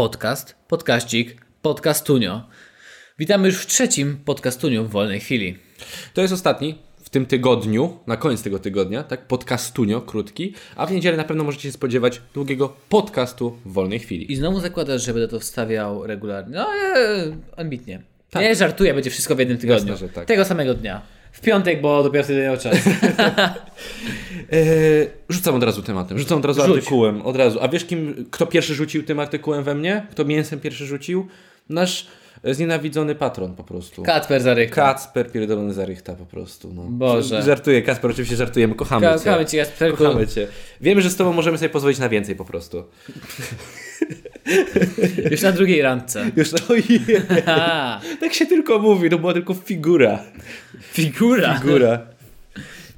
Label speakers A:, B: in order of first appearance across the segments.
A: podcast, podkaścik, podcastunio. Witamy już w trzecim podcastunio w wolnej chwili.
B: To jest ostatni w tym tygodniu, na koniec tego tygodnia, tak? Podcastunio krótki, a w niedzielę na pewno możecie się spodziewać długiego podcastu w wolnej chwili.
A: I znowu zakładasz, że będę to wstawiał regularnie. No, ale ambitnie. Nie żartuję, będzie wszystko w jednym tygodniu.
B: Tak. Jasne, że tak.
A: Tego samego dnia. W piątek, bo dopiero wtedy miał czas.
B: Eee, rzucam od razu tematem, rzucam od razu
A: Rzuć.
B: artykułem, od razu. A wiesz kim, kto pierwszy rzucił tym artykułem we mnie? Kto mięsem pierwszy rzucił? Nasz e, znienawidzony patron po prostu.
A: Kacper Zaryka.
B: Kacper pierdolony zarychta po prostu. No.
A: Boże.
B: Żartuję, Kacper oczywiście żartujemy, kochamy
A: Ka-
B: cię.
A: kochamy cię, Kacperku.
B: Kochamy cię. Wiemy, że z tobą możemy sobie pozwolić na więcej po prostu.
A: Już na drugiej randce.
B: Już no je.
A: Ha,
B: Tak się tylko mówi, to była tylko figura.
A: figura.
B: Figura.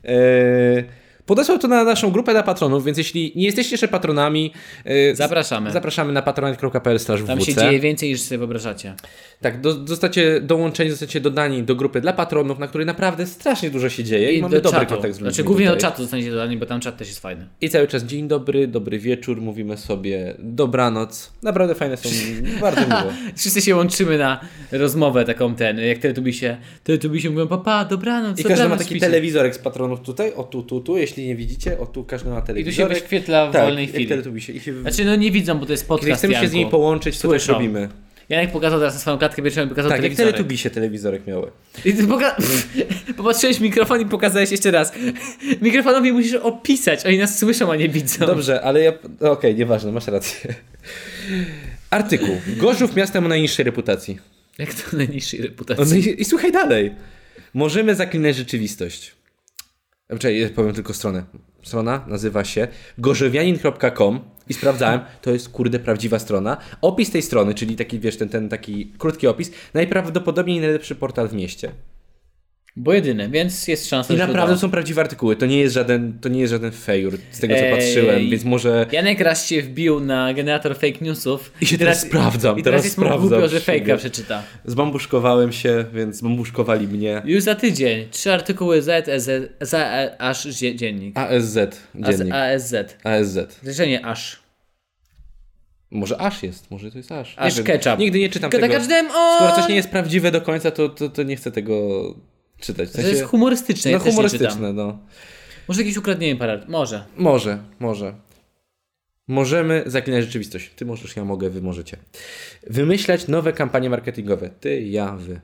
B: Eee, podesłał to na naszą grupę dla patronów, więc jeśli nie jesteście jeszcze patronami, e, z-
A: Zapraszamy.
B: Zapraszamy na patronite.pl.
A: Tam się dzieje więcej niż sobie wyobrażacie.
B: Tak, do, zostacie dołączeni, zostacie dodani do grupy dla patronów, na której naprawdę strasznie dużo się dzieje i, mamy dobry kontakt z ludźmi.
A: Znaczy głównie do
B: tutaj.
A: czatu zostaniecie dodani, bo tam czat też jest fajny.
B: I cały czas dzień dobry, dobry wieczór, mówimy sobie dobranoc. Naprawdę fajne są, bardzo miło.
A: Wszyscy się łączymy na rozmowę taką ten, jak teletubisie. Teletubisie mówią, papa, dobranoc,
B: I każdy ma
A: dobranoc,
B: taki
A: pisze.
B: telewizorek z patronów tutaj, o tu, tu, tu, jeśli nie widzicie, o tu każdy ma
A: I tu się
B: telewizorek.
A: wyświetla w
B: tak,
A: wolnej
B: jak
A: chwili.
B: Teletubisie. I się...
A: Znaczy no nie widzą, bo to jest
B: Kiedy
A: podcast,
B: chcemy się z
A: Janku.
B: nimi połączyć, to
A: Słyszą.
B: tak robimy.
A: Janek pokazał teraz na swoją klatkę, wieczorem pokazał
B: Tak, jak
A: telewizorek.
B: teletubisie telewizorek miały.
A: I ty poka- Popatrzyłeś w mikrofon i pokazałeś jeszcze raz. Mikrofonowi musisz opisać, oni nas słyszą, a nie widzą.
B: Dobrze, ale ja. no Okej, nieważne, masz rację. Artykuł. Gorzów miastem o najniższej reputacji.
A: Jak to najniższej reputacji.
B: No i, I słuchaj dalej. Możemy zaklinać rzeczywistość. Czekaj, powiem tylko stronę. Strona nazywa się gorzewianin.com i sprawdzałem, to jest kurde prawdziwa strona. Opis tej strony, czyli taki wiesz, ten, ten taki krótki opis, najprawdopodobniej najlepszy portal w mieście.
A: Bo jedyne, więc jest szansa,
B: I
A: że
B: naprawdę
A: to-
B: są prawdziwe artykuły. To nie jest żaden, to nie jest żaden fejur z tego co
A: Ej.
B: patrzyłem, więc może
A: Janek raz się wbił na generator fake newsów.
B: I się teraz sprawdzam,
A: I teraz
B: teraz
A: jest mu
B: sprawdzam
A: głupio, że
B: siebie.
A: fejka przeczyta.
B: Zbambuszkowałem się, więc zbambuszkowali mnie.
A: Już za tydzień. Trzy artykuły z, z, z, z aż dzie- dziennik.
B: ASZ
A: A, z,
B: dziennik.
A: ASZ.
B: ASZ.
A: Zresztą aż. może
B: Może aż jest, może to jest aż.
A: Aż
B: nie wiem,
A: ketchup.
B: Nigdy nie czytam
A: Tylko
B: tego.
A: tak każdemu o!
B: Skoro coś nie jest prawdziwe do końca, to, to, to nie chcę tego czytać. W
A: To jest
B: sensie-
A: humorystyczne,
B: no
A: ja humorystyczne. Też nie czytam.
B: humorystyczne, no.
A: Może jakieś ukradnienie parę. Może.
B: Może, może. Możemy zaklinać rzeczywistość. Ty możesz, ja mogę, wy możecie. Wymyślać nowe kampanie marketingowe. Ty, ja, wy.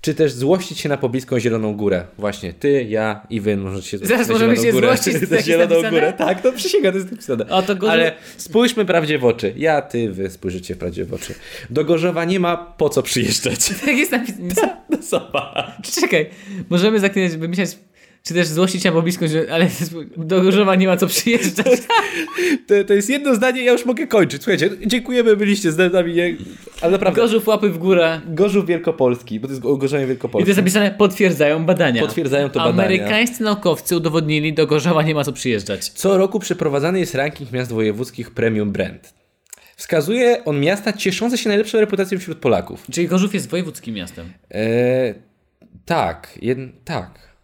B: Czy też złościć się na pobliską Zieloną Górę. Właśnie, ty, ja i wy możecie się złościć
A: Zaraz
B: na
A: możemy
B: Zieloną
A: się
B: Górę.
A: złościć, to
B: na
A: jest
B: Zieloną
A: napisane?
B: Górę. Tak, to przysięga, to jest napisane.
A: A to Gorzów-
B: Ale spójrzmy prawdzie w oczy. Ja, ty, wy spojrzycie prawdzie w oczy. Do Gorzowa nie ma po co przyjeżdżać.
A: Tak jest napisane.
B: No zobacz.
A: Czekaj. Możemy zaklinać, wymyślać, czy też złościć się po blisko, że, ale do Gorzowa nie ma co przyjeżdżać.
B: To, to jest jedno zdanie, ja już mogę kończyć. Słuchajcie, dziękujemy, byliście z nami. nie- Ale naprawdę,
A: Gorzów łapy w górę.
B: Gorzów Wielkopolski, bo to jest Gorzanie
A: I to
B: Wielkopolskie.
A: jest napisane, potwierdzają badania.
B: Potwierdzają to badania.
A: Amerykańscy naukowcy udowodnili, do Gorzowa nie ma co przyjeżdżać.
B: Co roku przeprowadzany jest ranking miast wojewódzkich Premium Brand. Wskazuje on miasta cieszące się najlepszą reputacją wśród Polaków.
A: Czyli Gorzów jest wojewódzkim miastem.
B: Eee, tak, jed... tak.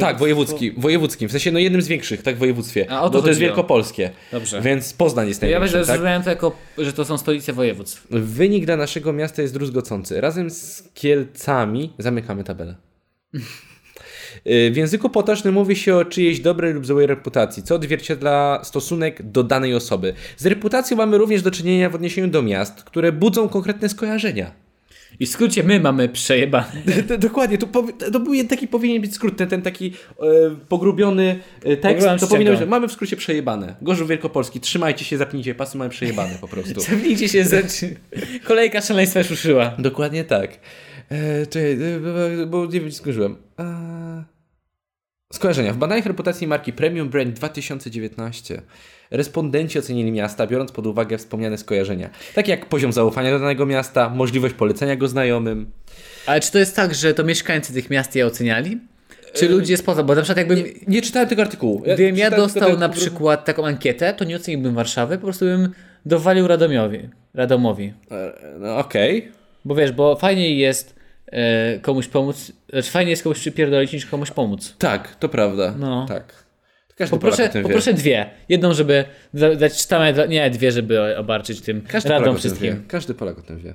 B: Tak, wojewódzki, wojewódzkim, w sensie no jednym z większych, tak w województwie,
A: A, o to
B: bo to jest
A: chodziło.
B: wielkopolskie,
A: Dobrze.
B: więc Poznań jest
A: Ja myślę,
B: największym,
A: że
B: tak?
A: zrozumiałem to jako, że to są stolice województw.
B: Wynik dla naszego miasta jest druzgocący. Razem z Kielcami zamykamy tabelę. Y, W języku potocznym mówi się o czyjejś dobrej lub złej reputacji, co odzwierciedla stosunek do danej osoby. Z reputacją mamy również do czynienia w odniesieniu do miast, które budzą konkretne skojarzenia.
A: I w skrócie my mamy przejebane.
B: D- Dokładnie, to, powi- to był jeden taki powinien być skrót, ten, ten taki e, pogrubiony e, tekst.
A: Pogrubiam
B: To
A: ścięgą.
B: powinno być, że mamy w skrócie przejebane. Gorzów Wielkopolski, trzymajcie się, zapnijcie pasy, mamy przejebane po prostu.
A: Zamknijcie się, rzeczy. Kolejka szaleństwa już ruszyła.
B: Dokładnie tak. E, czekaj, e, bo nie wiem, skończyłem. E, skojarzenia. W badaniach reputacji marki Premium Brand 2019 respondenci ocenili miasta, biorąc pod uwagę wspomniane skojarzenia. Takie jak poziom zaufania do danego miasta, możliwość polecenia go znajomym.
A: Ale czy to jest tak, że to mieszkańcy tych miast je oceniali? Czy ludzie spoza? Bo na przykład jakbym,
B: Nie czytałem tego artykułu.
A: gdybym ja
B: czytałem tylko
A: dostał
B: ten-
A: na przykład taką ankietę, to nie oceniłbym Warszawy, po prostu bym dowalił Radomiowi. Radomowi.
B: E, No okej.
A: Bo wiesz, bo fajniej jest e, komuś pomóc, znaczy fajniej jest komuś przypierdolić niż komuś pomóc.
B: Tak, to prawda.
A: No.
B: Tak. Każdy Polak o
A: Poproszę,
B: tym wie.
A: poproszę dwie. Jedną, żeby da- dać tamę, dla- nie, dwie, żeby obarczyć tym
B: Każdy
A: radą
B: Polak o tym wie.
A: wszystkim.
B: Każdy Polak o tym wie.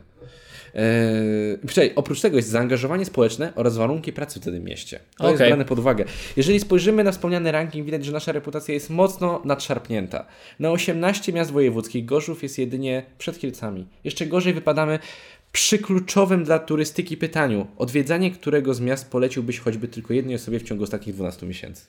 B: Eee, przecież oprócz tego jest zaangażowanie społeczne oraz warunki pracy w danym mieście. To jest
A: Okej.
B: brane pod uwagę. Jeżeli spojrzymy na wspomniany ranking, widać, że nasza reputacja jest mocno nadszarpnięta. Na 18 miast wojewódzkich Gorzów jest jedynie przed Kielcami. Jeszcze gorzej wypadamy przy kluczowym dla turystyki pytaniu, odwiedzanie którego z miast poleciłbyś choćby tylko jednej osobie w ciągu ostatnich 12 miesięcy.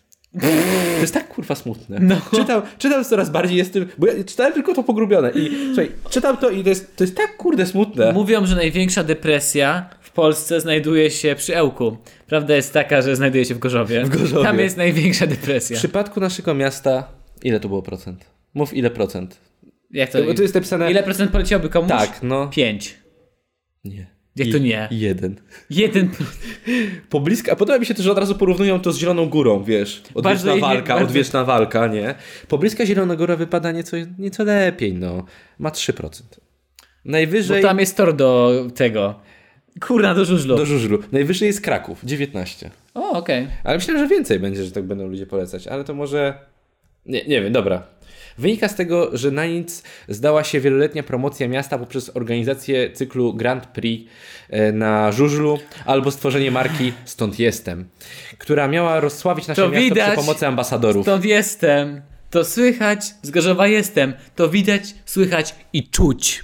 B: To jest tak kurwa smutne.
A: No.
B: Czytam, czytam coraz bardziej jestem, bo ja czytałem tylko to pogrubione i słuchaj, czytam to i to jest, to jest tak kurde smutne.
A: Mówią, że największa depresja w Polsce znajduje się przy Ełku. Prawda jest taka, że znajduje się w Gorzowie. W
B: Gorzowie.
A: Tam jest największa
B: W
A: depresja.
B: przypadku naszego miasta, ile to było procent? Mów ile procent.
A: Jak to?
B: To, to jest napisane...
A: Ile procent poleciałby komuś?
B: Tak, no.
A: Pięć.
B: Nie.
A: Jak to nie?
B: Jeden.
A: Jeden.
B: Pobliska, a podoba mi się to, że od razu porównują to z Zieloną Górą, wiesz. Odwieczna
A: Bardzo jej-
B: walka,
A: bardzo-
B: odwieczna walka, nie? Pobliska Zielona Góra wypada nieco, nieco lepiej, no. Ma 3%.
A: Bo
B: Najwyżej...
A: tam jest tor do tego. Kurna, do żużlu.
B: Do żużlu. Najwyżej jest Kraków, 19.
A: O, okej.
B: Ale myślałem, że więcej będzie, że tak będą ludzie polecać, ale to może. Nie, nie wiem, dobra. Wynika z tego, że na nic zdała się wieloletnia promocja miasta poprzez organizację cyklu Grand Prix e, na żużlu albo stworzenie marki Stąd Jestem, która miała rozsławić nasze
A: To
B: miasto
A: widać.
B: przy pomocy ambasadorów.
A: Stąd jestem. To słychać, z Gorzowa jestem. To widać, słychać i czuć.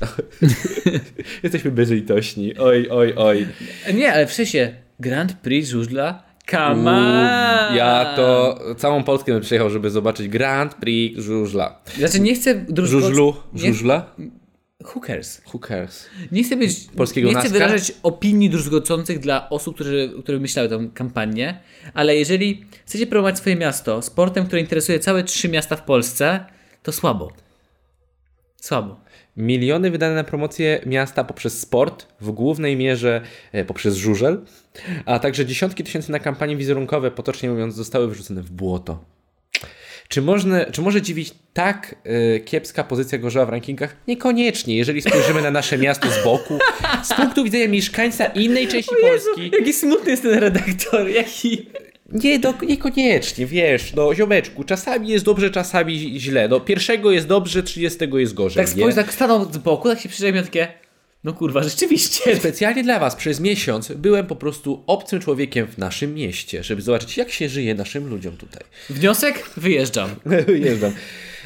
B: Jesteśmy bezlitośni. Oj, oj, oj.
A: Nie, ale w sensie Grand Prix żużla. Come on!
B: Ja to całą Polskę bym przyjechał, żeby zobaczyć Grand Prix żużla.
A: Znaczy nie chcę... druż-
B: Żużlu?
A: Nie-
B: Żużla?
A: Hookers.
B: Who cares?
A: Nie chcę być.
B: Polskiego
A: nie chcę
B: Naska?
A: wyrażać opinii druzgocących dla osób, którzy, które myślały tę kampanię, ale jeżeli chcecie promować swoje miasto sportem, który interesuje całe trzy miasta w Polsce, to słabo. Słabo.
B: Miliony wydane na promocję miasta poprzez sport, w głównej mierze e, poprzez żużel, a także dziesiątki tysięcy na kampanie wizerunkowe, potocznie mówiąc, zostały wyrzucone w błoto. Czy, można, czy może dziwić tak e, kiepska pozycja Gorzowa w rankingach? Niekoniecznie, jeżeli spojrzymy na nasze miasto z boku, z punktu widzenia mieszkańca innej części Polski.
A: jaki smutny jest ten redaktor. Jaki.
B: Nie, do, niekoniecznie, wiesz, no ziomeczku, czasami jest dobrze, czasami źle. No pierwszego jest dobrze, 30 jest gorzej.
A: Tak
B: nie?
A: spojrzał, tak stanął z boku, tak się przyjrzał takie. No kurwa, rzeczywiście.
B: Specjalnie dla Was przez miesiąc byłem po prostu obcym człowiekiem w naszym mieście, żeby zobaczyć, jak się żyje naszym ludziom tutaj.
A: Wniosek? Wyjeżdżam.
B: Jeżdżam.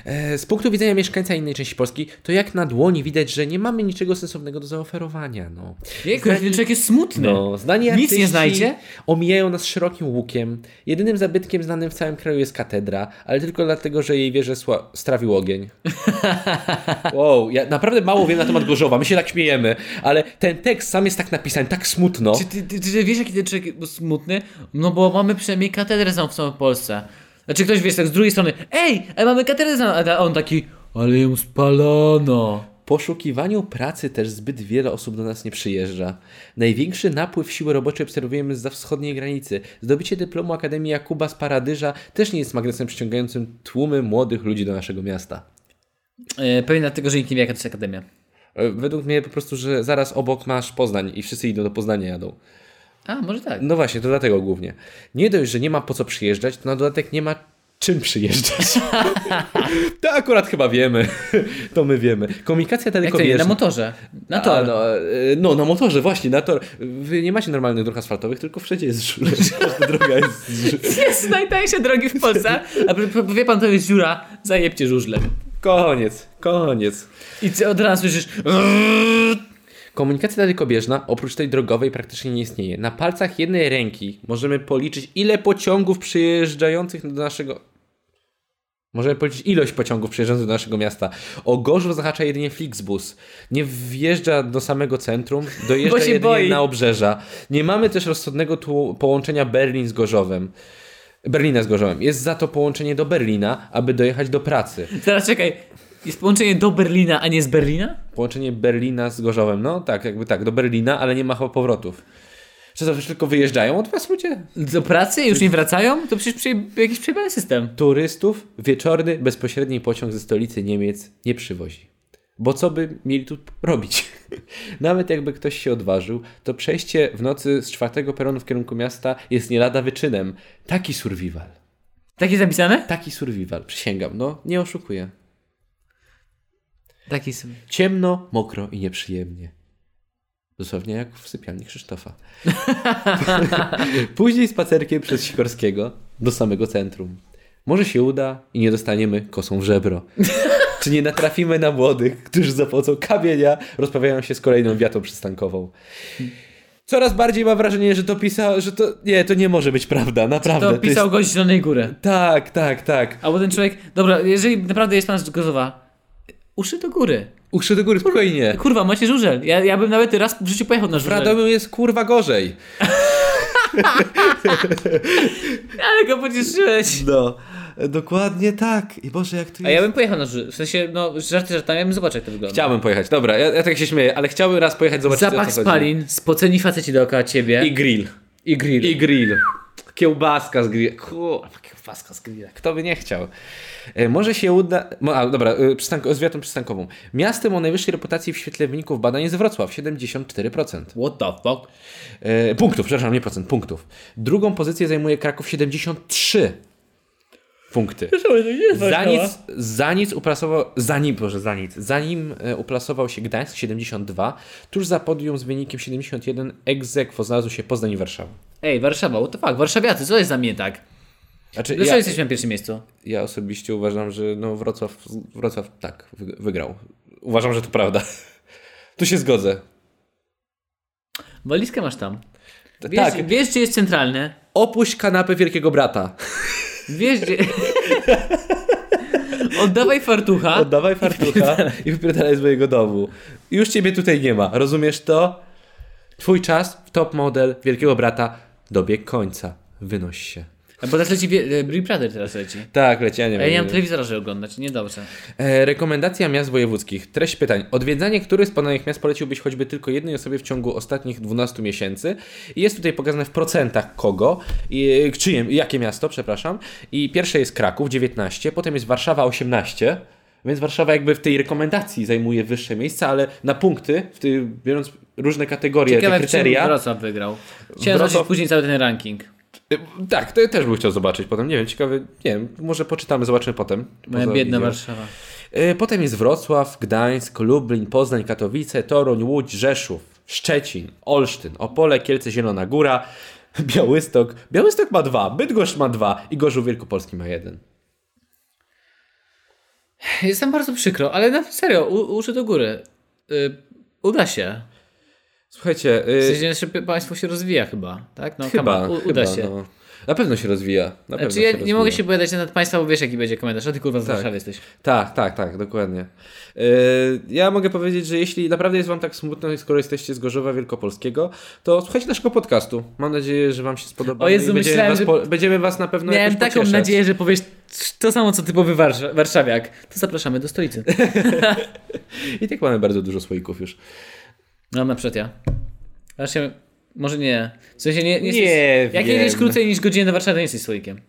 B: E, Z punktu widzenia mieszkańca innej części Polski, to jak na dłoni widać, że nie mamy niczego sensownego do zaoferowania. No.
A: Jejku, ten człowiek jest smutny.
B: No, znani
A: Nic nie
B: artyści
A: znajdzie?
B: omijają nas szerokim łukiem. Jedynym zabytkiem znanym w całym kraju jest katedra, ale tylko dlatego, że jej wieżę sła- strawił ogień. wow, ja naprawdę mało wiem na temat Gorzowa, my się tak śmiejemy, ale ten tekst sam jest tak napisany, tak smutno.
A: Czy ty, ty, ty wiesz, jaki ten człowiek był smutny? No bo mamy przynajmniej katedrę sam w całej Polsce. Znaczy ktoś, wiesz, tak z drugiej strony, ej, ale mamy katedrę sam, a on taki, ale ją spalono.
B: poszukiwaniu pracy też zbyt wiele osób do nas nie przyjeżdża. Największy napływ siły roboczej obserwujemy za wschodniej granicy. Zdobycie dyplomu Akademii Jakuba z Paradyża też nie jest magnesem przyciągającym tłumy młodych ludzi do naszego miasta.
A: E, pewnie dlatego, że nikt nie wie, jaka to jest akademia.
B: E, Według mnie po prostu, że zaraz obok masz Poznań i wszyscy idą do Poznania jadą.
A: A, może tak.
B: No właśnie, to dlatego głównie. Nie dość, że nie ma po co przyjeżdżać, to na dodatek nie ma czym przyjeżdżać. to akurat chyba wiemy. to my wiemy. Komunikacja
A: Jak to nie, na
B: dalekowierzchna.
A: motorze. Na
B: A,
A: to.
B: no, e, no, na motorze, właśnie, na tor. Wy nie macie normalnych dróg asfaltowych, tylko wszędzie jest żul. Każda droga jest żul.
A: Jest najtańsze drogi w Polsce, a p- p- wie pan, to jest dziura, zajebcie żużlem.
B: Koniec, koniec.
A: I ty od razu słyszysz,
B: Komunikacja dalekobieżna, oprócz tej drogowej, praktycznie nie istnieje. Na palcach jednej ręki możemy policzyć, ile pociągów przyjeżdżających do naszego... Możemy policzyć ilość pociągów przyjeżdżających do naszego miasta. O Gorzów zahacza jedynie Flixbus. Nie wjeżdża do samego centrum, dojeżdża
A: Bo się
B: jedynie
A: boi.
B: na obrzeża. Nie mamy też rozsądnego tu połączenia Berlin z Gorzowem. Berlina z Gorzowem. Jest za to połączenie do Berlina, aby dojechać do pracy.
A: teraz czekaj, jest połączenie do Berlina, a nie z Berlina?
B: Połączenie Berlina z Gorzowem. No tak, jakby tak, do Berlina, ale nie ma chyba powrotów. Czy to już tylko wyjeżdżają od was ludzie?
A: Do pracy? Już nie wracają? To przecież przy, jakiś przejebany system.
B: Turystów wieczorny, bezpośredni pociąg ze stolicy Niemiec nie przywozi. Bo co by mieli tu robić? Nawet jakby ktoś się odważył, to przejście w nocy z czwartego peronu w kierunku miasta jest nie lada wyczynem. Taki survival.
A: Tak jest napisane?
B: Taki survival, przysięgam, no, nie oszukuję.
A: Tak jest.
B: Ciemno, mokro i nieprzyjemnie. Dosłownie jak w sypialni Krzysztofa. Później spacerkiem przez Sikorskiego do samego centrum. Może się uda i nie dostaniemy kosą w żebro. Czy nie natrafimy na młodych, którzy za pomocą kamienia rozprawiają się z kolejną wiatą przystankową. Coraz bardziej mam wrażenie, że to pisał, że to... Nie, to nie może być prawda, naprawdę.
A: To pisał
B: jest...
A: gość z Zielonej Góry.
B: Tak, tak, tak.
A: Albo ten człowiek, dobra, jeżeli naprawdę jest pan z Gozowa, uszy do góry.
B: Uszy do góry, spokojnie.
A: Kurwa, macie żużel. Ja, ja bym nawet raz w życiu pojechał na
B: W
A: żużel.
B: Radomiu jest kurwa gorzej.
A: Ale go pocieszyłeś.
B: No, dokładnie tak. I Boże, jak tu
A: A ja bym pojechał na żużel. W sensie, no, żarty żartami, ja bym zobaczył, jak to wygląda.
B: Chciałbym pojechać, dobra, ja, ja tak się śmieję, ale chciałbym raz pojechać zobaczyć o
A: Zapach
B: co chodzi.
A: spalin, spoceni faceci dookoła ciebie
B: I grill.
A: i grill.
B: I grill. Kiełbaska z grilla. Kurwa, kiełbaska z grilla. Kto by nie chciał? E, może się uda... Mo, a, dobra, e, przystank- z wiatą przystankową. Miastem o najwyższej reputacji w świetle wyników badań jest Wrocław, 74%.
A: What the fuck?
B: E, punktów, przepraszam, nie procent, punktów. Drugą pozycję zajmuje Kraków, 73 punkty. Za nic, za nic uplasował, zanim, proszę, za nic, zanim e, uplasował się Gdańsk 72, tuż za podium z wynikiem 71 egzekwo znalazł się Poznań i Warszawa.
A: Ej, Warszawa, what the fuck? Warszawiacy, co jest za mnie tak?
B: Znaczy,
A: Dlaczego
B: ja,
A: jesteśmy na pierwszym miejscu?
B: ja osobiście uważam, że no Wrocław, Wrocław tak, wy- wygrał. Uważam, że to prawda. Tu się zgodzę.
A: Walizkę masz tam.
B: T-
A: Wiesz,
B: tak,
A: wiesz gdzie jest centralny?
B: opuść kanapę Wielkiego Brata.
A: Wiesz gdzie... Oddawaj fartucha.
B: Oddawaj fartucha i wypierdalaj z mojego domu. Już ciebie tutaj nie ma, rozumiesz to? Twój czas w top model Wielkiego Brata dobiegł końca. Wynoś się.
A: Bo teraz leci... wie- e, Big Brother teraz leci.
B: Tak, leci, ja nie
A: A ja nie
B: wiem.
A: mam telewizora, żeby oglądać, niedobrze.
B: E, rekomendacja miast wojewódzkich. Treść pytań. Odwiedzanie których z podanych miast poleciłbyś choćby tylko jednej osobie w ciągu ostatnich 12 miesięcy? I Jest tutaj pokazane w procentach kogo, i, e, czyjem, jakie miasto, przepraszam. I pierwsze jest Kraków, 19, potem jest Warszawa, 18. Więc Warszawa jakby w tej rekomendacji zajmuje wyższe miejsce, ale na punkty, w tym, biorąc różne kategorie,
A: Ciekawe,
B: te
A: w czym
B: kryteria.
A: Wrocław wygrał. Chciałem
B: Wrocław-
A: zobaczyć później cały ten ranking.
B: E, Tak, to ja też bym chciał zobaczyć potem. Nie wiem, ciekawe, nie wiem, może poczytamy, zobaczymy potem.
A: Moja
B: Poza
A: biedna
B: wideo.
A: Warszawa.
B: E, Potem jest Wrocław, Gdańsk, Lublin, Poznań, Katowice, Toruń, Łódź, Rzeszów, Szczecin, Olsztyn, Opole, Kielce, Zielona Góra, Białystok. Białystok ma dwa, Bydgoszcz ma dwa i Gorzów Wielkopolski ma jeden.
A: Jestem bardzo przykro, ale na serio, u, uszy do góry. Y, uda się.
B: Słuchajcie,
A: W
B: y,
A: sensie, że państwo się rozwija chyba, tak? No,
B: chyba,
A: come on, u,
B: chyba,
A: uda się.
B: No. Na pewno się rozwija. Na pewno
A: Znaczy, ja nie
B: rozwija.
A: mogę się powiadać na temat państwa, bo wiesz, jaki będzie komentarz. A ty kurwa z
B: Tak.
A: Warszawy jesteś.
B: Tak, tak, tak, dokładnie. E, Ja mogę powiedzieć, że jeśli naprawdę jest wam tak smutno, i skoro jesteście z Gorzowa Wielkopolskiego, to słuchajcie naszego podcastu. Mam nadzieję, że wam się spodoba.
A: O Jezu,
B: i będziemy,
A: myślałem,
B: was,
A: że-
B: po- będziemy was na pewno
A: Miałem
B: No, jakoś
A: taką
B: pocieszać.
A: nadzieję, że powiesz to samo, co typowy warsz- warszawiak. To zapraszamy do stolicy.
B: I tak mamy bardzo dużo słoików już.
A: No, na przykład ja. Raczej, może nie. W sensie, nie, nie,
B: Nie
A: jesteś- Jak
B: wiem.
A: jedziesz krócej niż godzinę do Warszawy, to nie jesteś słoikiem.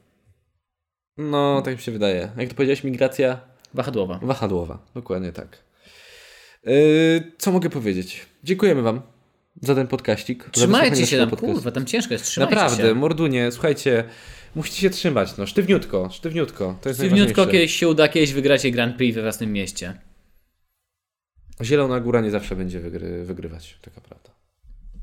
B: No, tak mi się wydaje. Jak to powiedziałeś, migracja
A: Wahadłowa.
B: wahadłowa. Dokładnie tak. Yy, co mogę powiedzieć? Dziękujemy wam za ten podkaścik. za
A: Trzymajcie
B: wysłuchanie
A: się tam,
B: naszego podcastu.
A: kurwa, tam ciężko jest, trzymajcie
B: Naprawdę,
A: się.
B: mordunie, słuchajcie, musicie się trzymać, no, sztywniutko, sztywniutko, to jest
A: Sztywniutko
B: najważniejsze.
A: kiedyś się uda, kiedyś wygracie Grand Prix we własnym mieście.
B: Zielona Góra nie zawsze będzie wygry, wygrywać, taka prawda.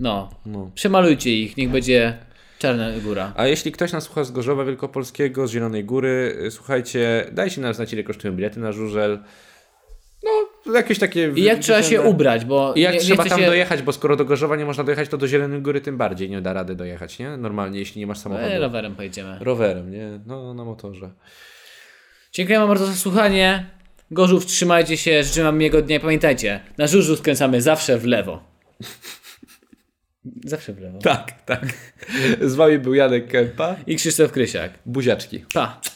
A: No.
B: No.
A: Przemalujcie ich, niech będzie Czarna Góra.
B: A jeśli ktoś nas słucha z Gorzowa Wielkopolskiego, z Zielonej Góry, y, słuchajcie, dajcie nam znać, ile kosztują bilety na żużel. No, jakieś takie...
A: I jak trzeba się ubrać, bo
B: I jak
A: nie, nie
B: trzeba
A: chce
B: tam
A: się...
B: dojechać, bo skoro do Gorzowa nie można dojechać, to do Zielonej Góry tym bardziej nie da rady dojechać, nie? Normalnie, jeśli nie masz samochodu.
A: E, rowerem pojedziemy.
B: Rowerem, nie? No, na motorze.
A: Dziękuję wam bardzo za słuchanie. Gorzów, trzymajcie się, życzę wam miłego dnia. i Pamiętajcie, na żużlu skręcamy zawsze w lewo. Zawsze w lewo.
B: Tak, tak. Z wami był Janek Kępa
A: I Krzysztof Krysiak.
B: buziaczki.
A: Pa.